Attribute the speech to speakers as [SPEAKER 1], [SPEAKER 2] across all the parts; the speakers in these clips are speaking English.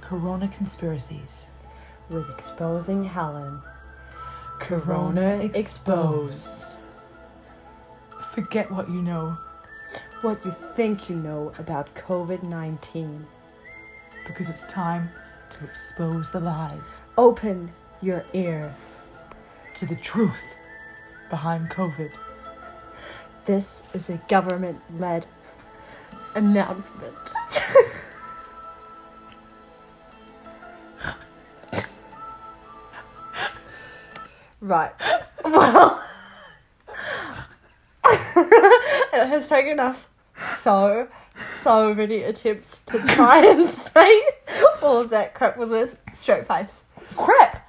[SPEAKER 1] Corona conspiracies.
[SPEAKER 2] with Exposing Helen.
[SPEAKER 1] Corona exposed. Forget what you know,
[SPEAKER 2] What you think you know about COVID 19.
[SPEAKER 1] because it's time to expose the lies
[SPEAKER 2] Open your ears.
[SPEAKER 1] to the truth behind COVID.
[SPEAKER 2] This is a government led announcement. right. Well, it has taken us so, so many attempts to try and say all of that crap with a straight face.
[SPEAKER 1] Crap!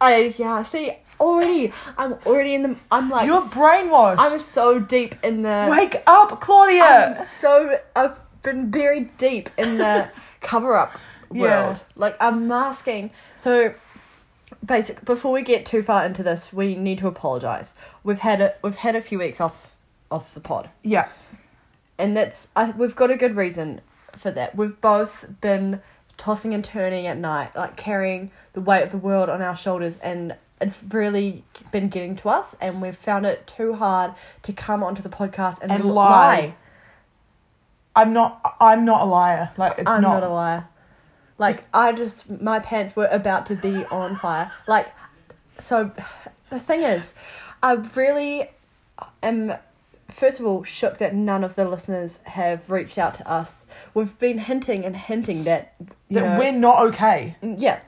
[SPEAKER 2] I, yeah, see, already, I'm already in the, I'm like,
[SPEAKER 1] You're brainwashed!
[SPEAKER 2] I was so deep in the.
[SPEAKER 1] Wake up, Claudia!
[SPEAKER 2] I'm so I've been buried deep in the cover up
[SPEAKER 1] Yeah.
[SPEAKER 2] world. Like I'm masking. So basic before we get too far into this, we need to apologize. We've had a we've had a few weeks off off the pod.
[SPEAKER 1] yeah.
[SPEAKER 2] And that's I we've got a good reason for that. We've both been tossing and turning at night, like carrying the weight of the world on our shoulders and it's really been getting to us and we've found it too hard to come onto the podcast and,
[SPEAKER 1] And
[SPEAKER 2] l-
[SPEAKER 1] lie.
[SPEAKER 2] lie.
[SPEAKER 1] I'm not. I'm not a liar. Like it's
[SPEAKER 2] I'm
[SPEAKER 1] not.
[SPEAKER 2] not, a liar. Like I just my pants were about to be on fire. Like so the thing is, I really am first of all shook that none of the listeners have reached out to us. We've been hinting and hinting that you
[SPEAKER 1] that
[SPEAKER 2] know,
[SPEAKER 1] we're not okay.
[SPEAKER 2] yeah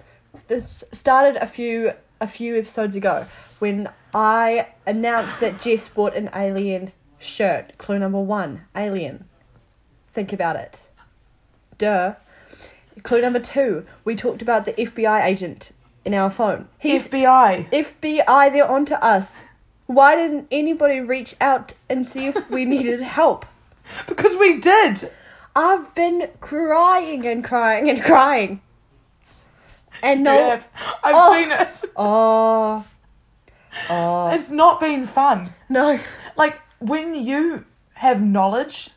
[SPEAKER 2] this started a few a few episodes ago when i announced that jess bought an alien shirt clue number one alien think about it duh clue number two we talked about the fbi agent in our phone he's
[SPEAKER 1] SBI.
[SPEAKER 2] fbi they're onto us why didn't anybody reach out and see if we needed help
[SPEAKER 1] Because we did.
[SPEAKER 2] i've been crying and crying and crying and no
[SPEAKER 1] You have. I've
[SPEAKER 2] Oh.
[SPEAKER 1] seen it.
[SPEAKER 2] Oh. Oh.
[SPEAKER 1] It's not been fun.
[SPEAKER 2] No.
[SPEAKER 1] Like when you have knowledge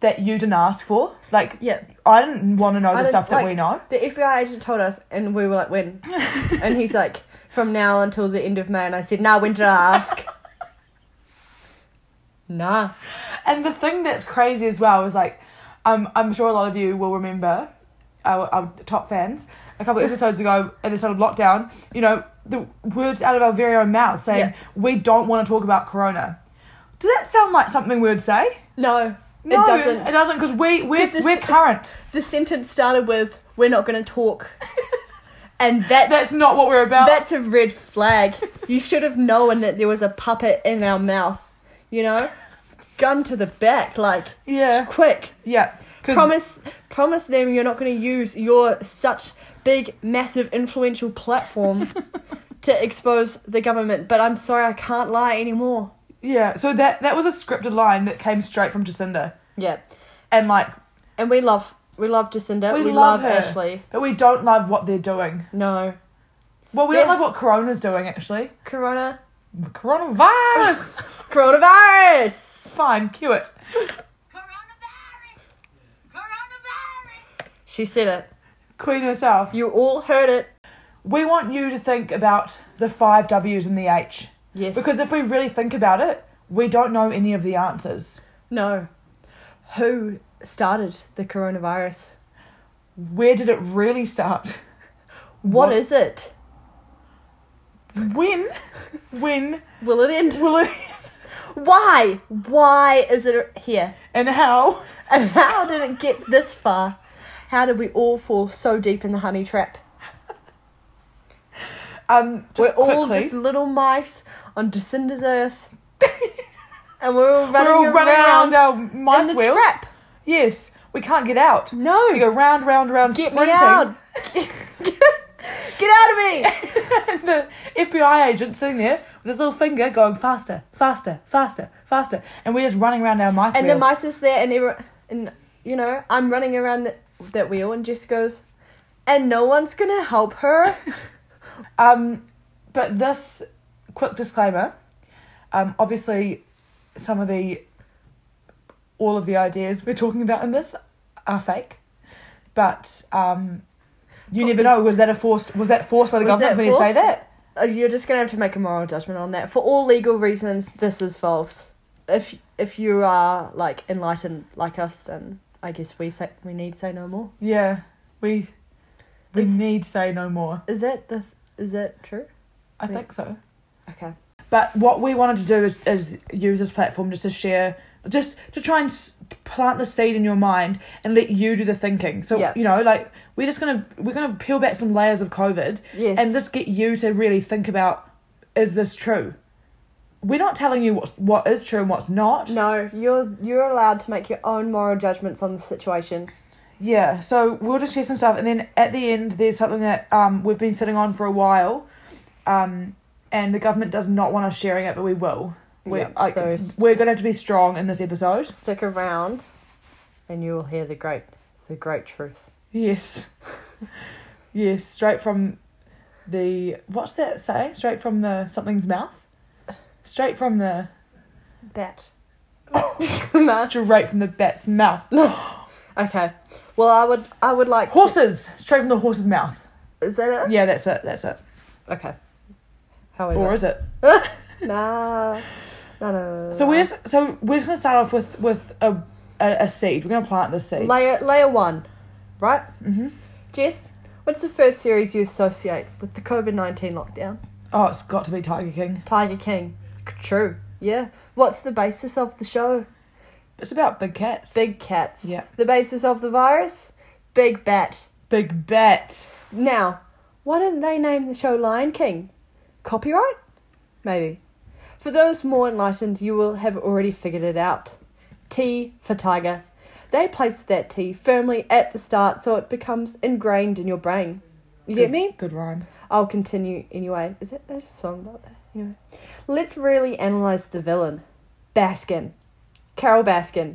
[SPEAKER 1] that you didn't ask for. Like
[SPEAKER 2] Yeah.
[SPEAKER 1] I didn't want to know
[SPEAKER 2] I
[SPEAKER 1] the
[SPEAKER 2] don't-
[SPEAKER 1] stuff that
[SPEAKER 2] like,
[SPEAKER 1] we know.
[SPEAKER 2] The FBI agent told us, and we were like, when? and he's like, from now until the end of May. And I said, nah, when did I ask? nah.
[SPEAKER 1] And the thing that's crazy as well is like, um, I'm sure a lot of you will remember, our, our top fans, a couple of episodes ago at the start of lockdown, you know, the words out of our very own mouth saying,
[SPEAKER 2] Yeah.
[SPEAKER 1] we don't want to talk about corona. Does that sound like something we would say?
[SPEAKER 2] No.
[SPEAKER 1] No,
[SPEAKER 2] it doesn't.
[SPEAKER 1] It doesn't because we we're,
[SPEAKER 2] 'Cause this-
[SPEAKER 1] we're current.
[SPEAKER 2] the sentence started with, we're not going to talk. and that,
[SPEAKER 1] That's not what we're about.
[SPEAKER 2] that's a red flag. you should have known that there was a puppet in our mouth. You know? Gun to the back. Like,
[SPEAKER 1] Yeah.
[SPEAKER 2] quick.
[SPEAKER 1] yeah, because
[SPEAKER 2] promise promise them you're not going to use your such big massive influential platform to expose the government but i'm sorry i can't lie anymore
[SPEAKER 1] yeah. So that that was a scripted line that came straight from Jacinda,
[SPEAKER 2] yeah
[SPEAKER 1] and like
[SPEAKER 2] and we love we love jacinda
[SPEAKER 1] We
[SPEAKER 2] we,
[SPEAKER 1] love
[SPEAKER 2] love,
[SPEAKER 1] her.
[SPEAKER 2] ashley
[SPEAKER 1] but we don't love what they're doing.
[SPEAKER 2] no
[SPEAKER 1] Well, we
[SPEAKER 2] Yeah.
[SPEAKER 1] don't love what Corona's doing actually.
[SPEAKER 2] corona
[SPEAKER 1] Coronavirus.
[SPEAKER 2] coronavirus
[SPEAKER 1] Fine, cue it.
[SPEAKER 3] Coronavirus! Coronavirus!
[SPEAKER 2] she said it
[SPEAKER 1] Queen herself.
[SPEAKER 2] you all heard it
[SPEAKER 1] We want you to think about the five W's and the H.
[SPEAKER 2] yes
[SPEAKER 1] Because if we really think about it, we don't know any of the answers.
[SPEAKER 2] no who started the coronavirus
[SPEAKER 1] Where did it really start? What-
[SPEAKER 2] what is it
[SPEAKER 1] When? When
[SPEAKER 2] will it end
[SPEAKER 1] will it
[SPEAKER 2] why why is it here
[SPEAKER 1] and how?
[SPEAKER 2] And how did it get this far? How did we all fall so deep in the honey trap?
[SPEAKER 1] Um just
[SPEAKER 2] we're all
[SPEAKER 1] quickly,
[SPEAKER 2] just little mice on Jacinda's earth. and we're all running,
[SPEAKER 1] we're all
[SPEAKER 2] around,
[SPEAKER 1] running around, our mice
[SPEAKER 2] in the
[SPEAKER 1] wheels.
[SPEAKER 2] trap.
[SPEAKER 1] Yes. We can't get out.
[SPEAKER 2] No.
[SPEAKER 1] We go round, round, round,
[SPEAKER 2] Get me
[SPEAKER 1] sprinting.
[SPEAKER 2] out. Get out of me.
[SPEAKER 1] and the FBI agent sitting there with his little finger going faster, faster, faster, faster, and we're just running around our mice
[SPEAKER 2] and
[SPEAKER 1] wheel.
[SPEAKER 2] the mice is there and everyone, and you know, I'm running around that that wheel and Jess goes, and no one's gonna help her.
[SPEAKER 1] Um, but this quick disclaimer. Um, obviously, some of the all of the ideas we're talking about in this are fake, but um, You never know. Was that a forced? Was that forced by the
[SPEAKER 2] Was
[SPEAKER 1] government
[SPEAKER 2] that
[SPEAKER 1] for me to say
[SPEAKER 2] forced?
[SPEAKER 1] that?
[SPEAKER 2] Uh, You're just gonna have to make a moral judgment on that. For all legal reasons, this is false. If if you are like enlightened like us, then I guess we say we need say no more.
[SPEAKER 1] Yeah, we we
[SPEAKER 2] Is-
[SPEAKER 1] need say no more.
[SPEAKER 2] Is that the is that true?
[SPEAKER 1] I
[SPEAKER 2] Yeah.
[SPEAKER 1] think so.
[SPEAKER 2] Okay.
[SPEAKER 1] But what we wanted to do is, is use this platform just to share, just to try and s- plant the seed in your mind and let you do the thinking. So
[SPEAKER 2] Yeah.
[SPEAKER 1] you know, like we're just gonna we're gonna peel back some layers of COVID
[SPEAKER 2] Yes.
[SPEAKER 1] and just get you to really think about: is this true? We're not telling you what's what is true and what's not.
[SPEAKER 2] no, you're you're allowed to make your own moral judgments on the situation.
[SPEAKER 1] Yeah, so we'll just share some stuff, and then at the end, there's something that um we've been sitting on for a while, um, and the government does not want us sharing it, but we will. We're,
[SPEAKER 2] Yeah,
[SPEAKER 1] like,
[SPEAKER 2] so it's-
[SPEAKER 1] we're gonna have to be strong in this episode.
[SPEAKER 2] Stick around, and you will hear the great the great truth.
[SPEAKER 1] Yes, yes, straight from the what's that say? Straight from the something's mouth. Straight from the
[SPEAKER 2] That. Nah.
[SPEAKER 1] straight from the bat's mouth.
[SPEAKER 2] okay. Well, I would I would like
[SPEAKER 1] Horses, straight from the horse's mouth.
[SPEAKER 2] Is that it?
[SPEAKER 1] Yeah, that's it. That's it.
[SPEAKER 2] Okay. However.
[SPEAKER 1] Or is it?
[SPEAKER 2] Nah. No, no, no, no,
[SPEAKER 1] So
[SPEAKER 2] no.
[SPEAKER 1] we're just, so we're just gonna start off with with a a, a seed. We're gonna plant this seed.
[SPEAKER 2] layer layer one, right?
[SPEAKER 1] mm-hmm.
[SPEAKER 2] Jess, what's the first series you associate with the COVID nineteen lockdown?
[SPEAKER 1] Oh, it's got to be Tiger King.
[SPEAKER 2] Tiger King. True. Yeah. What's the basis of the show?
[SPEAKER 1] It's about big cats.
[SPEAKER 2] Big cats.
[SPEAKER 1] Yeah.
[SPEAKER 2] The basis of the virus? Big bat.
[SPEAKER 1] big bat.
[SPEAKER 2] Now, why didn't they name the show Lion King? Copyright? Maybe. For those more enlightened, you will have already figured it out. T for tiger. They placed that T firmly at the start so it becomes ingrained in your brain. You get
[SPEAKER 1] Good-
[SPEAKER 2] me?
[SPEAKER 1] Good rhyme.
[SPEAKER 2] I'll continue anyway. Is it? There's a song about that. Anyway, let's really analyze the villain, Baskin, Carol Baskin,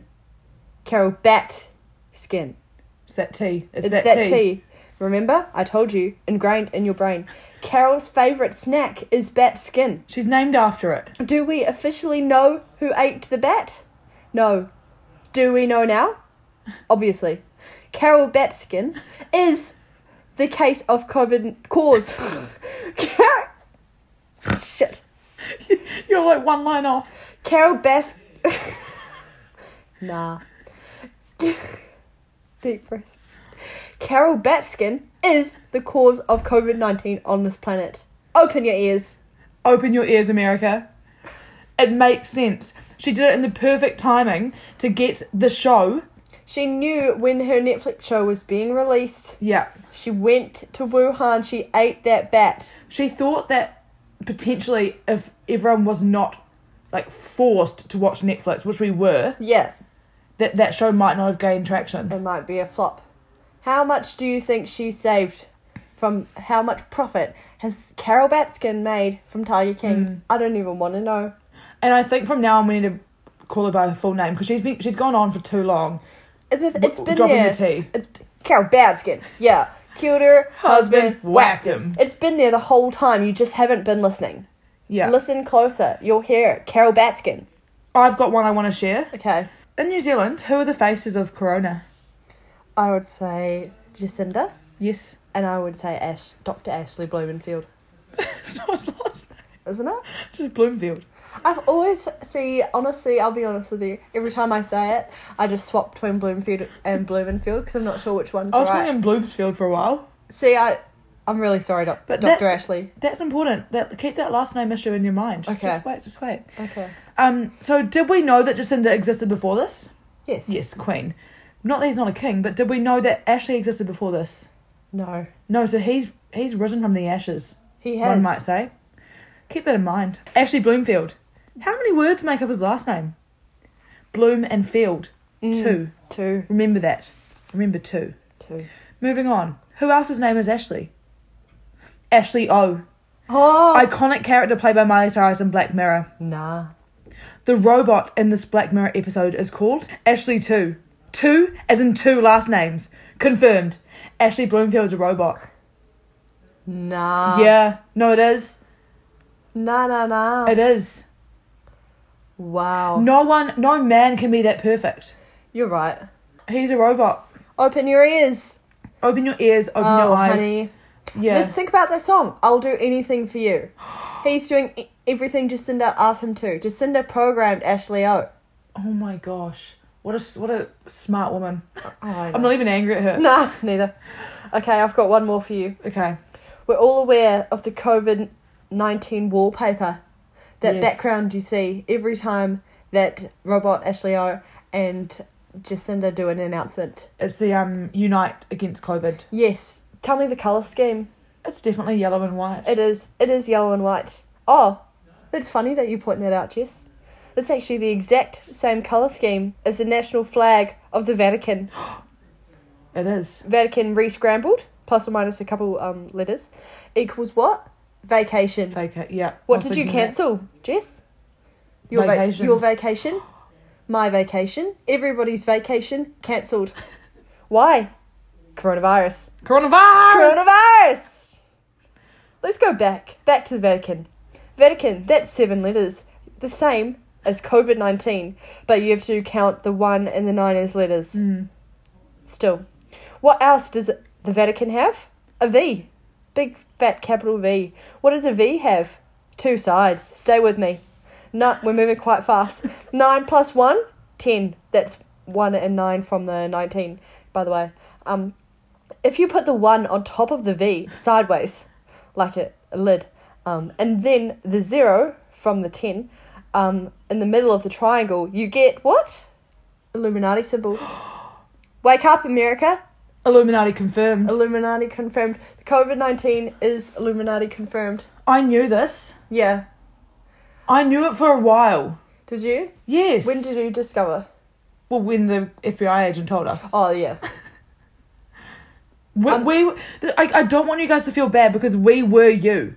[SPEAKER 2] Carol Bat Skin.
[SPEAKER 1] It's that T. It's,
[SPEAKER 2] It's
[SPEAKER 1] that,
[SPEAKER 2] that,
[SPEAKER 1] T.
[SPEAKER 2] tea. Remember, I told you, ingrained in your brain. Carol's favorite snack is bat skin.
[SPEAKER 1] She's named after it.
[SPEAKER 2] Do we officially know who ate the bat? No. Do we know now? Obviously. Carol Batskin is the case of COVID cause. Car- Shit.
[SPEAKER 1] You're like one line off.
[SPEAKER 2] Carol Bass. nah. Deep breath. Carol Batskin is the cause of COVID 19 on this planet. Open your ears.
[SPEAKER 1] Open your ears, America. It makes sense. She did it in the perfect timing to get the show.
[SPEAKER 2] She knew when her Netflix show was being released.
[SPEAKER 1] Yeah.
[SPEAKER 2] She went to Wuhan. She ate that bat.
[SPEAKER 1] She thought that potentially if everyone was not like forced to watch Netflix, which we were,
[SPEAKER 2] Yeah,
[SPEAKER 1] that that show might not have gained traction.
[SPEAKER 2] it might be a flop. How much do you think she saved from how much profit has Carol Batskin made from Tiger King? I don't even want to know.
[SPEAKER 1] And I think from now on we need to call her by her full name because she's been she's gone on for too long.
[SPEAKER 2] It's, it's been
[SPEAKER 1] dropping
[SPEAKER 2] there.
[SPEAKER 1] the T.
[SPEAKER 2] It's Carol Batskin. Yeah, killed her husband, whacked him. It's been there the whole time. You just haven't been listening.
[SPEAKER 1] Yeah.
[SPEAKER 2] Listen closer. You'll hear it. Carol Batskin.
[SPEAKER 1] I've got one I want to share.
[SPEAKER 2] Okay,
[SPEAKER 1] In New Zealand, who are the faces of corona?
[SPEAKER 2] I would say Jacinda,
[SPEAKER 1] Yes.
[SPEAKER 2] and I would say Ash, Dr. Ashley Blumenfield.
[SPEAKER 1] it's not his last name.
[SPEAKER 2] Isn't it?
[SPEAKER 1] It's just Bloomfield.
[SPEAKER 2] I've always see honestly. I'll be honest with you. Every time I say it, I just swap between Bloomfield and Blumenfield because I'm not sure which one's
[SPEAKER 1] I was
[SPEAKER 2] right.
[SPEAKER 1] calling him Bloomsfield for a while.
[SPEAKER 2] See, I, I'm really sorry, doc-
[SPEAKER 1] But
[SPEAKER 2] Dr.
[SPEAKER 1] that's-
[SPEAKER 2] Ashley.
[SPEAKER 1] That's important. That keep that last name issue in your mind. Just,
[SPEAKER 2] Okay.
[SPEAKER 1] just wait, just wait.
[SPEAKER 2] Okay.
[SPEAKER 1] Um so did we know that Jacinda existed before this?
[SPEAKER 2] Yes.
[SPEAKER 1] Yes, Queen. Not that he's not a king, but did we know that Ashley existed before this?
[SPEAKER 2] No.
[SPEAKER 1] No, so he's he's risen from the ashes.
[SPEAKER 2] He has.
[SPEAKER 1] one might say. Keep that in mind. Ashley Bloomfield. How many words make up his last name? Bloom and Field.
[SPEAKER 2] Mm.
[SPEAKER 1] Two.
[SPEAKER 2] Two.
[SPEAKER 1] Remember that. Remember two.
[SPEAKER 2] Two.
[SPEAKER 1] Moving on. Who else's name is Ashley? Ashley O.
[SPEAKER 2] Oh.
[SPEAKER 1] Iconic character played by Miley Cyrus in Black Mirror.
[SPEAKER 2] nah.
[SPEAKER 1] The robot in this Black Mirror episode is called Ashley 2. Two, as in two last names. Confirmed. Ashley Bloomfield is a robot.
[SPEAKER 2] Nah.
[SPEAKER 1] yeah. No, it is.
[SPEAKER 2] Nah, nah, nah.
[SPEAKER 1] It is.
[SPEAKER 2] wow.
[SPEAKER 1] No one, no man can be that perfect.
[SPEAKER 2] You're right.
[SPEAKER 1] He's a robot.
[SPEAKER 2] Open your ears.
[SPEAKER 1] Open your ears, open
[SPEAKER 2] oh,
[SPEAKER 1] your eyes.
[SPEAKER 2] honey.
[SPEAKER 1] Yeah.
[SPEAKER 2] Let's think about that song. I'll do anything for you. He's doing e- everything Jacinda asked him to. Jacinda programmed Ashley O.
[SPEAKER 1] Oh my gosh. What a s- what a smart woman.
[SPEAKER 2] Oh, I
[SPEAKER 1] I'm
[SPEAKER 2] know.
[SPEAKER 1] not even angry at her.
[SPEAKER 2] e- Nah, neither. Okay, I've got one more for you.
[SPEAKER 1] Okay.
[SPEAKER 2] We're all aware of the COVID 19 wallpaper, that
[SPEAKER 1] Yes.
[SPEAKER 2] background you see every time that robot Ashley O and Jacinda do an announcement.
[SPEAKER 1] It's the um Unite Against COVID.
[SPEAKER 2] Yes, tell me the colour scheme.
[SPEAKER 1] It's definitely yellow and white.
[SPEAKER 2] It is, it is yellow and white. Oh, that's funny that you point that out, Jess. It's actually the exact same colour scheme as the national flag of the Vatican.
[SPEAKER 1] it is.
[SPEAKER 2] Vatican re scrambled, plus or minus a couple um, letters, equals what? Vacation.
[SPEAKER 1] Fake it. Yeah. I
[SPEAKER 2] What
[SPEAKER 1] was
[SPEAKER 2] did you
[SPEAKER 1] thinking that.
[SPEAKER 2] cancel, Jess? Your va-
[SPEAKER 1] Vacations.
[SPEAKER 2] your vacation, my vacation, everybody's vacation cancelled. Why? Coronavirus.
[SPEAKER 1] Coronavirus.
[SPEAKER 2] Coronavirus. Let's go back back to the Vatican. Vatican. That's seven letters, the same as COVID nineteen, but you have to count the one and the nine as letters. Still, what else does the Vatican have? A V, big fat capital V. What does a V have? Two sides. Stay with me. No, we're moving quite fast. Nine plus one, ten. That's one and nine from the nineteen. By the way, um, if you put the one on top of the V sideways, like a, a lid, um, and then the zero from the ten, um, in the middle of the triangle, you get what? Illuminati symbol. Wake up, America!
[SPEAKER 1] Illuminati confirmed.
[SPEAKER 2] Illuminati confirmed. The COVID nineteen is Illuminati confirmed.
[SPEAKER 1] I knew this.
[SPEAKER 2] Yeah.
[SPEAKER 1] I knew it for a while.
[SPEAKER 2] Did you?
[SPEAKER 1] Yes.
[SPEAKER 2] When did you discover?
[SPEAKER 1] Well, when the FBI agent told us.
[SPEAKER 2] Oh yeah.
[SPEAKER 1] We,
[SPEAKER 2] Um,
[SPEAKER 1] we th- I, I don't want you guys to feel bad because we were you.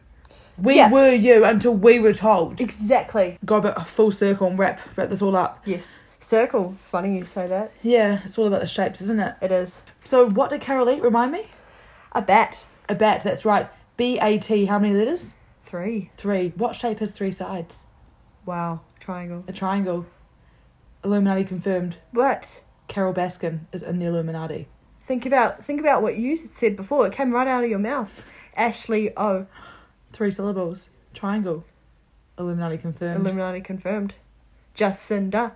[SPEAKER 1] We
[SPEAKER 2] Yeah.
[SPEAKER 1] were you until we were told.
[SPEAKER 2] Exactly.
[SPEAKER 1] Go about a full circle and wrap wrap this all up.
[SPEAKER 2] Yes. Circle. Funny you say that.
[SPEAKER 1] Yeah, it's all about the shapes, isn't it?
[SPEAKER 2] It is.
[SPEAKER 1] So what did Carol eat? Remind me.
[SPEAKER 2] A bat.
[SPEAKER 1] A bat. That's right. B A T. How many letters?
[SPEAKER 2] Three.
[SPEAKER 1] Three. What shape has three sides?
[SPEAKER 2] Wow. Triangle.
[SPEAKER 1] A triangle. Illuminati confirmed.
[SPEAKER 2] What?
[SPEAKER 1] Carol Baskin is in the Illuminati.
[SPEAKER 2] Think about think about what you said before. It came right out of your mouth. Ashley O.
[SPEAKER 1] Three syllables. Triangle. Illuminati confirmed.
[SPEAKER 2] Illuminati confirmed. Jacinda.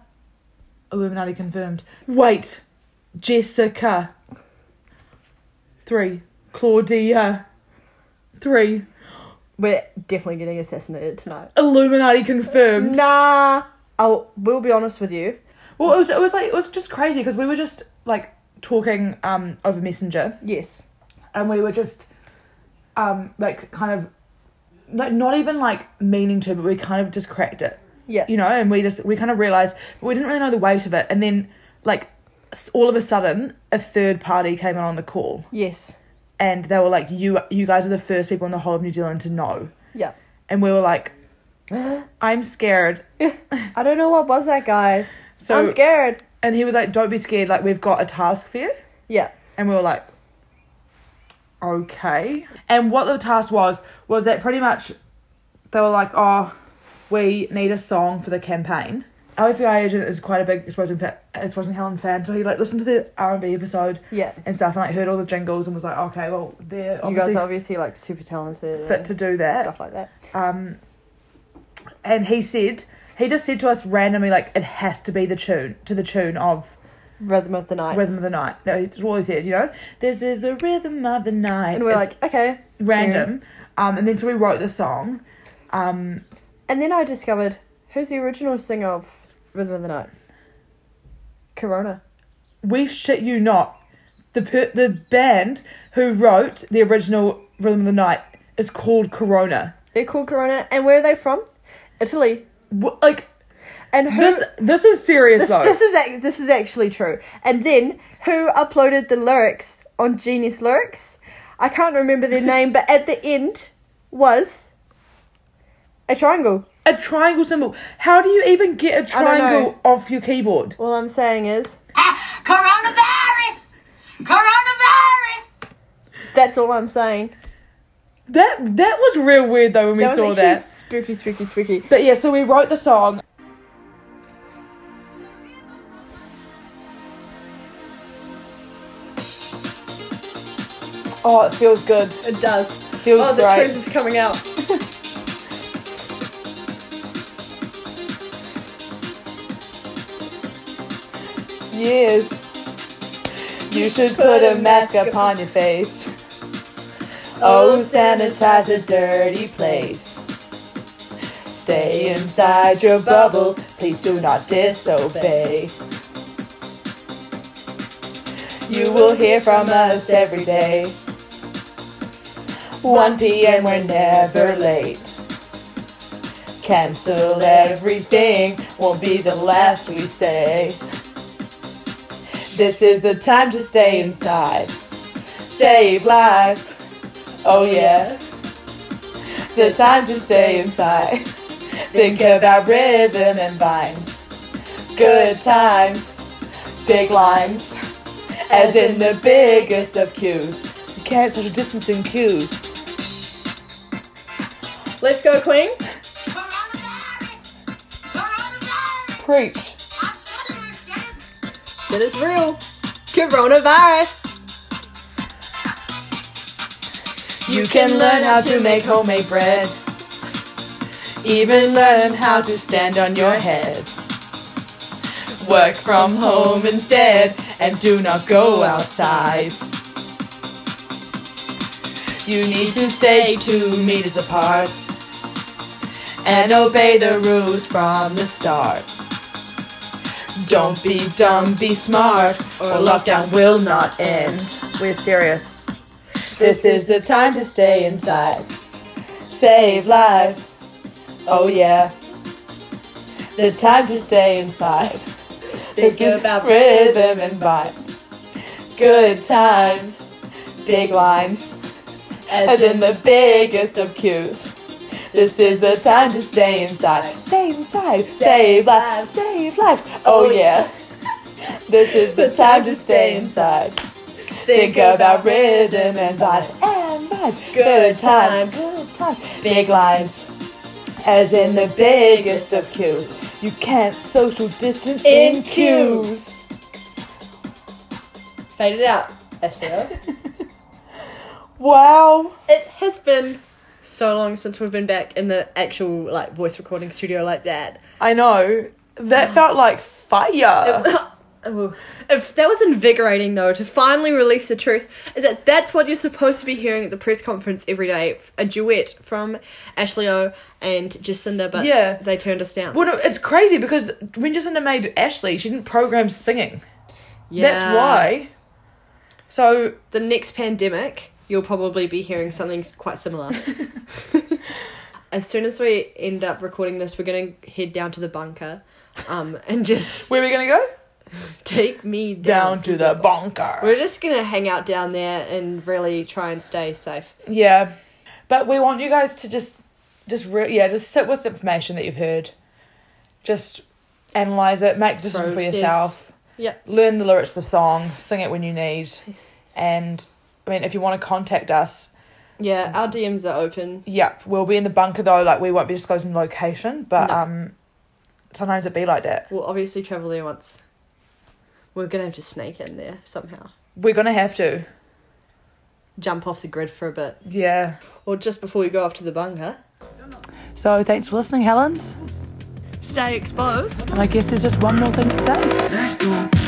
[SPEAKER 1] Illuminati confirmed. Wait, Jessica. Three. Claudia. Three.
[SPEAKER 2] We're definitely getting assassinated tonight.
[SPEAKER 1] Illuminati confirmed.
[SPEAKER 2] Nah. I will be honest with you.
[SPEAKER 1] Well, it was, it was like it was just crazy because we were just like talking um over Messenger
[SPEAKER 2] Yes.
[SPEAKER 1] and we were just um like kind of like not even like meaning to, but we kind of just cracked it.
[SPEAKER 2] Yeah.
[SPEAKER 1] you know, and we just we kind of realized but we didn't really know the weight of it, and then like s- all of a sudden a third party came in on the call,
[SPEAKER 2] Yes.
[SPEAKER 1] and they were like, "You you guys are the first people in the whole of New Zealand to know,"
[SPEAKER 2] Yeah.
[SPEAKER 1] and we were like, "I'm scared,"
[SPEAKER 2] I don't know what was that, guys.
[SPEAKER 1] So-
[SPEAKER 2] I'm scared.
[SPEAKER 1] and he was like, "Don't be scared, like we've got a task for you,"
[SPEAKER 2] Yeah.
[SPEAKER 1] and we were like. Okay. And what the task was was that pretty much they were like, "Oh, we need a song for the campaign." Our FBI agent is quite a big Exposing, Fa- Exposing Helen fan, so he like listened to the R and B episode
[SPEAKER 2] Yeah.
[SPEAKER 1] and stuff, and like heard all the jingles and was like, "Okay, well, they're
[SPEAKER 2] you
[SPEAKER 1] obviously."
[SPEAKER 2] guys are obviously like super talented.
[SPEAKER 1] fit
[SPEAKER 2] and
[SPEAKER 1] to do that.
[SPEAKER 2] Stuff like that.
[SPEAKER 1] um, and he said he just said to us randomly like, "It has to be the tune to the tune of
[SPEAKER 2] Rhythm of the night.
[SPEAKER 1] Rhythm of the Night." That's all he said, you know. This is the rhythm of the night,
[SPEAKER 2] And we're
[SPEAKER 1] It's
[SPEAKER 2] like, okay.
[SPEAKER 1] random. Um, and then so we wrote the song. Um,
[SPEAKER 2] And then I discovered who's the original singer of Rhythm of the Night? Corona.
[SPEAKER 1] we shit you not, the per- the band who wrote the original Rhythm of the Night is called Corona.
[SPEAKER 2] They're called Corona. And where are they from? Italy.
[SPEAKER 1] Wh- Like
[SPEAKER 2] And who?
[SPEAKER 1] this, this is serious
[SPEAKER 2] this,
[SPEAKER 1] though.
[SPEAKER 2] this is ac- this is actually true. And then who uploaded the lyrics on Genius Lyrics? I can't remember their name, but at the end was a triangle.
[SPEAKER 1] a triangle symbol. How do you even get a
[SPEAKER 2] I don't know.
[SPEAKER 1] triangle off your keyboard?
[SPEAKER 2] All I'm saying is
[SPEAKER 3] Ah, Coronavirus! Coronavirus!
[SPEAKER 2] that's all I'm saying.
[SPEAKER 1] That that was real weird though when we
[SPEAKER 2] That was
[SPEAKER 1] saw
[SPEAKER 2] actually
[SPEAKER 1] that.
[SPEAKER 2] spooky, spooky, spooky.
[SPEAKER 1] But yeah, so we wrote the song. Oh, it feels good.
[SPEAKER 2] It does.
[SPEAKER 1] Feels
[SPEAKER 2] oh, the
[SPEAKER 1] great.
[SPEAKER 2] truth is coming out.
[SPEAKER 1] Yes. You should put a mask upon your face. Oh, sanitize a dirty place. Stay inside your bubble. Please do not disobey. You will hear from us every day. 1 p.m. We're never late. Cancel everything. Won't be the last we say. This is the time to stay inside. Save lives. Oh, yeah. The time to stay inside. Think about ribbon and vines. Good times. Big lines. As in the biggest of queues. You can't social distance in queues.
[SPEAKER 2] Let's go, Queen.
[SPEAKER 3] Coronavirus! Coronavirus!
[SPEAKER 1] Preach.
[SPEAKER 3] I'm telling you, guys.
[SPEAKER 2] That is real. Coronavirus.
[SPEAKER 1] You can learn how to make homemade bread. Even learn how to stand on your head. Work from home instead and do not go outside. You need to stay two meters apart and obey the rules from the start. Don't be dumb, be smart, or lockdown will not end. We're serious. This is the time to stay inside. Save lives. Oh yeah. The time to stay inside. This
[SPEAKER 2] Think
[SPEAKER 1] is
[SPEAKER 2] about
[SPEAKER 1] rhythm and vibes. Good times. Big lines. As in the biggest of cues. This is the time to stay inside. Stay inside. Save lives. Save lives. Oh yeah. This is the time to stay inside. Think about rhythm and vibes and vibes. Good times, good times. Big lines. As in the biggest of queues. You can't social distance in,
[SPEAKER 2] In
[SPEAKER 1] queues.
[SPEAKER 2] Fade it out. Ashley.
[SPEAKER 1] Wow.
[SPEAKER 2] it has been so long since we've been back in the actual like voice recording studio like that.
[SPEAKER 1] I know. That felt like fire.
[SPEAKER 2] Oh, if that was invigorating though to finally release the truth is that that's what you're supposed to be hearing at the press conference every day a duet from Ashley O and Jacinda but
[SPEAKER 1] Yeah.
[SPEAKER 2] they turned us down
[SPEAKER 1] Well, no, it's crazy because when Jacinda made Ashley, she didn't program singing. That's
[SPEAKER 2] Yeah.
[SPEAKER 1] why. So
[SPEAKER 2] the next pandemic you'll probably be hearing something quite similar as soon as we end up recording this we're gonna head down to the bunker um and just
[SPEAKER 1] where are we gonna go?
[SPEAKER 2] take me down,
[SPEAKER 1] Down to the bunker.
[SPEAKER 2] we're just gonna hang out down there and really try and stay safe
[SPEAKER 1] Yeah, but we want you guys to just, just re- yeah, just sit with the information that you've heard, just analyze it, make a decision for
[SPEAKER 2] Process.
[SPEAKER 1] yourself,
[SPEAKER 2] yep
[SPEAKER 1] learn the lyrics to the song, sing it when you need, and I mean, if you want to contact us,
[SPEAKER 2] yeah our dms are open
[SPEAKER 1] yep, we'll be in the bunker though. Like we won't be disclosing location, but
[SPEAKER 2] No.
[SPEAKER 1] um, sometimes it be like that.
[SPEAKER 2] We'll obviously travel there once. We're gonna have to sneak in there somehow.
[SPEAKER 1] We're gonna have to,
[SPEAKER 2] Jump off the grid for a bit.
[SPEAKER 1] yeah.
[SPEAKER 2] Or just before we go off to the bunker.
[SPEAKER 1] So thanks for listening, Helens.
[SPEAKER 2] Stay exposed.
[SPEAKER 1] And I guess there's just one more thing to say.
[SPEAKER 4] Let's go.